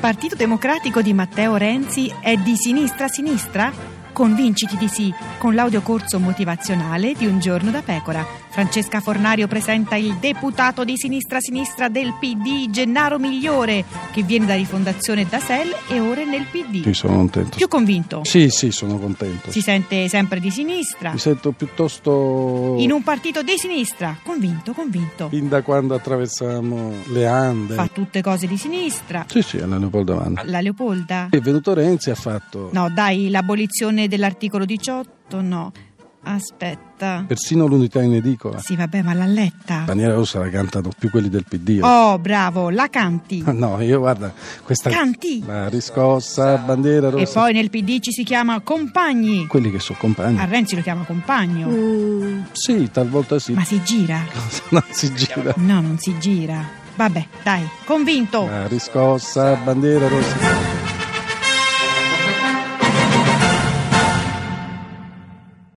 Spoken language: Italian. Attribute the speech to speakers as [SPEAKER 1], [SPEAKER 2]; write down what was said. [SPEAKER 1] Partito Democratico di Matteo Renzi è di sinistra a sinistra? Convinciti di sì con l'audiocorso motivazionale di Un giorno da pecora. Francesca Fornario presenta il deputato di sinistra a sinistra del PD, Gennaro Migliore, che viene da Rifondazione Dasel e ora è nel PD.
[SPEAKER 2] Sì, sono contento.
[SPEAKER 1] Più convinto?
[SPEAKER 2] Sì, sì, sono contento.
[SPEAKER 1] Si sente sempre di sinistra?
[SPEAKER 2] Mi sento piuttosto...
[SPEAKER 1] In un partito di sinistra? Convinto, convinto.
[SPEAKER 2] Fin da quando attraversiamo le Ande.
[SPEAKER 1] Fa tutte cose di sinistra.
[SPEAKER 2] Sì, sì, alla Leopoldo Vanna.
[SPEAKER 1] La Leopolda?
[SPEAKER 2] È venuto Renzi ha fatto...
[SPEAKER 1] No, dai, l'abolizione dell'articolo 18, no. Aspetta.
[SPEAKER 2] Persino l'unità in edicola.
[SPEAKER 1] Sì, vabbè, ma l'ha letta.
[SPEAKER 2] Bandiera rossa la cantano più quelli del PD. eh.
[SPEAKER 1] Oh, bravo, la canti.
[SPEAKER 2] No, io guarda, questa...
[SPEAKER 1] Canti.
[SPEAKER 2] La riscossa, bandiera
[SPEAKER 1] E
[SPEAKER 2] rossa.
[SPEAKER 1] poi nel PD ci si chiama compagni.
[SPEAKER 2] Quelli che sono compagni.
[SPEAKER 1] A Renzi lo chiama compagno.
[SPEAKER 2] Mm, sì, talvolta sì.
[SPEAKER 1] Ma si gira?
[SPEAKER 2] No, si gira.
[SPEAKER 1] No, non si gira. Vabbè, dai, convinto.
[SPEAKER 2] Ah. La riscossa, bandiera rossa.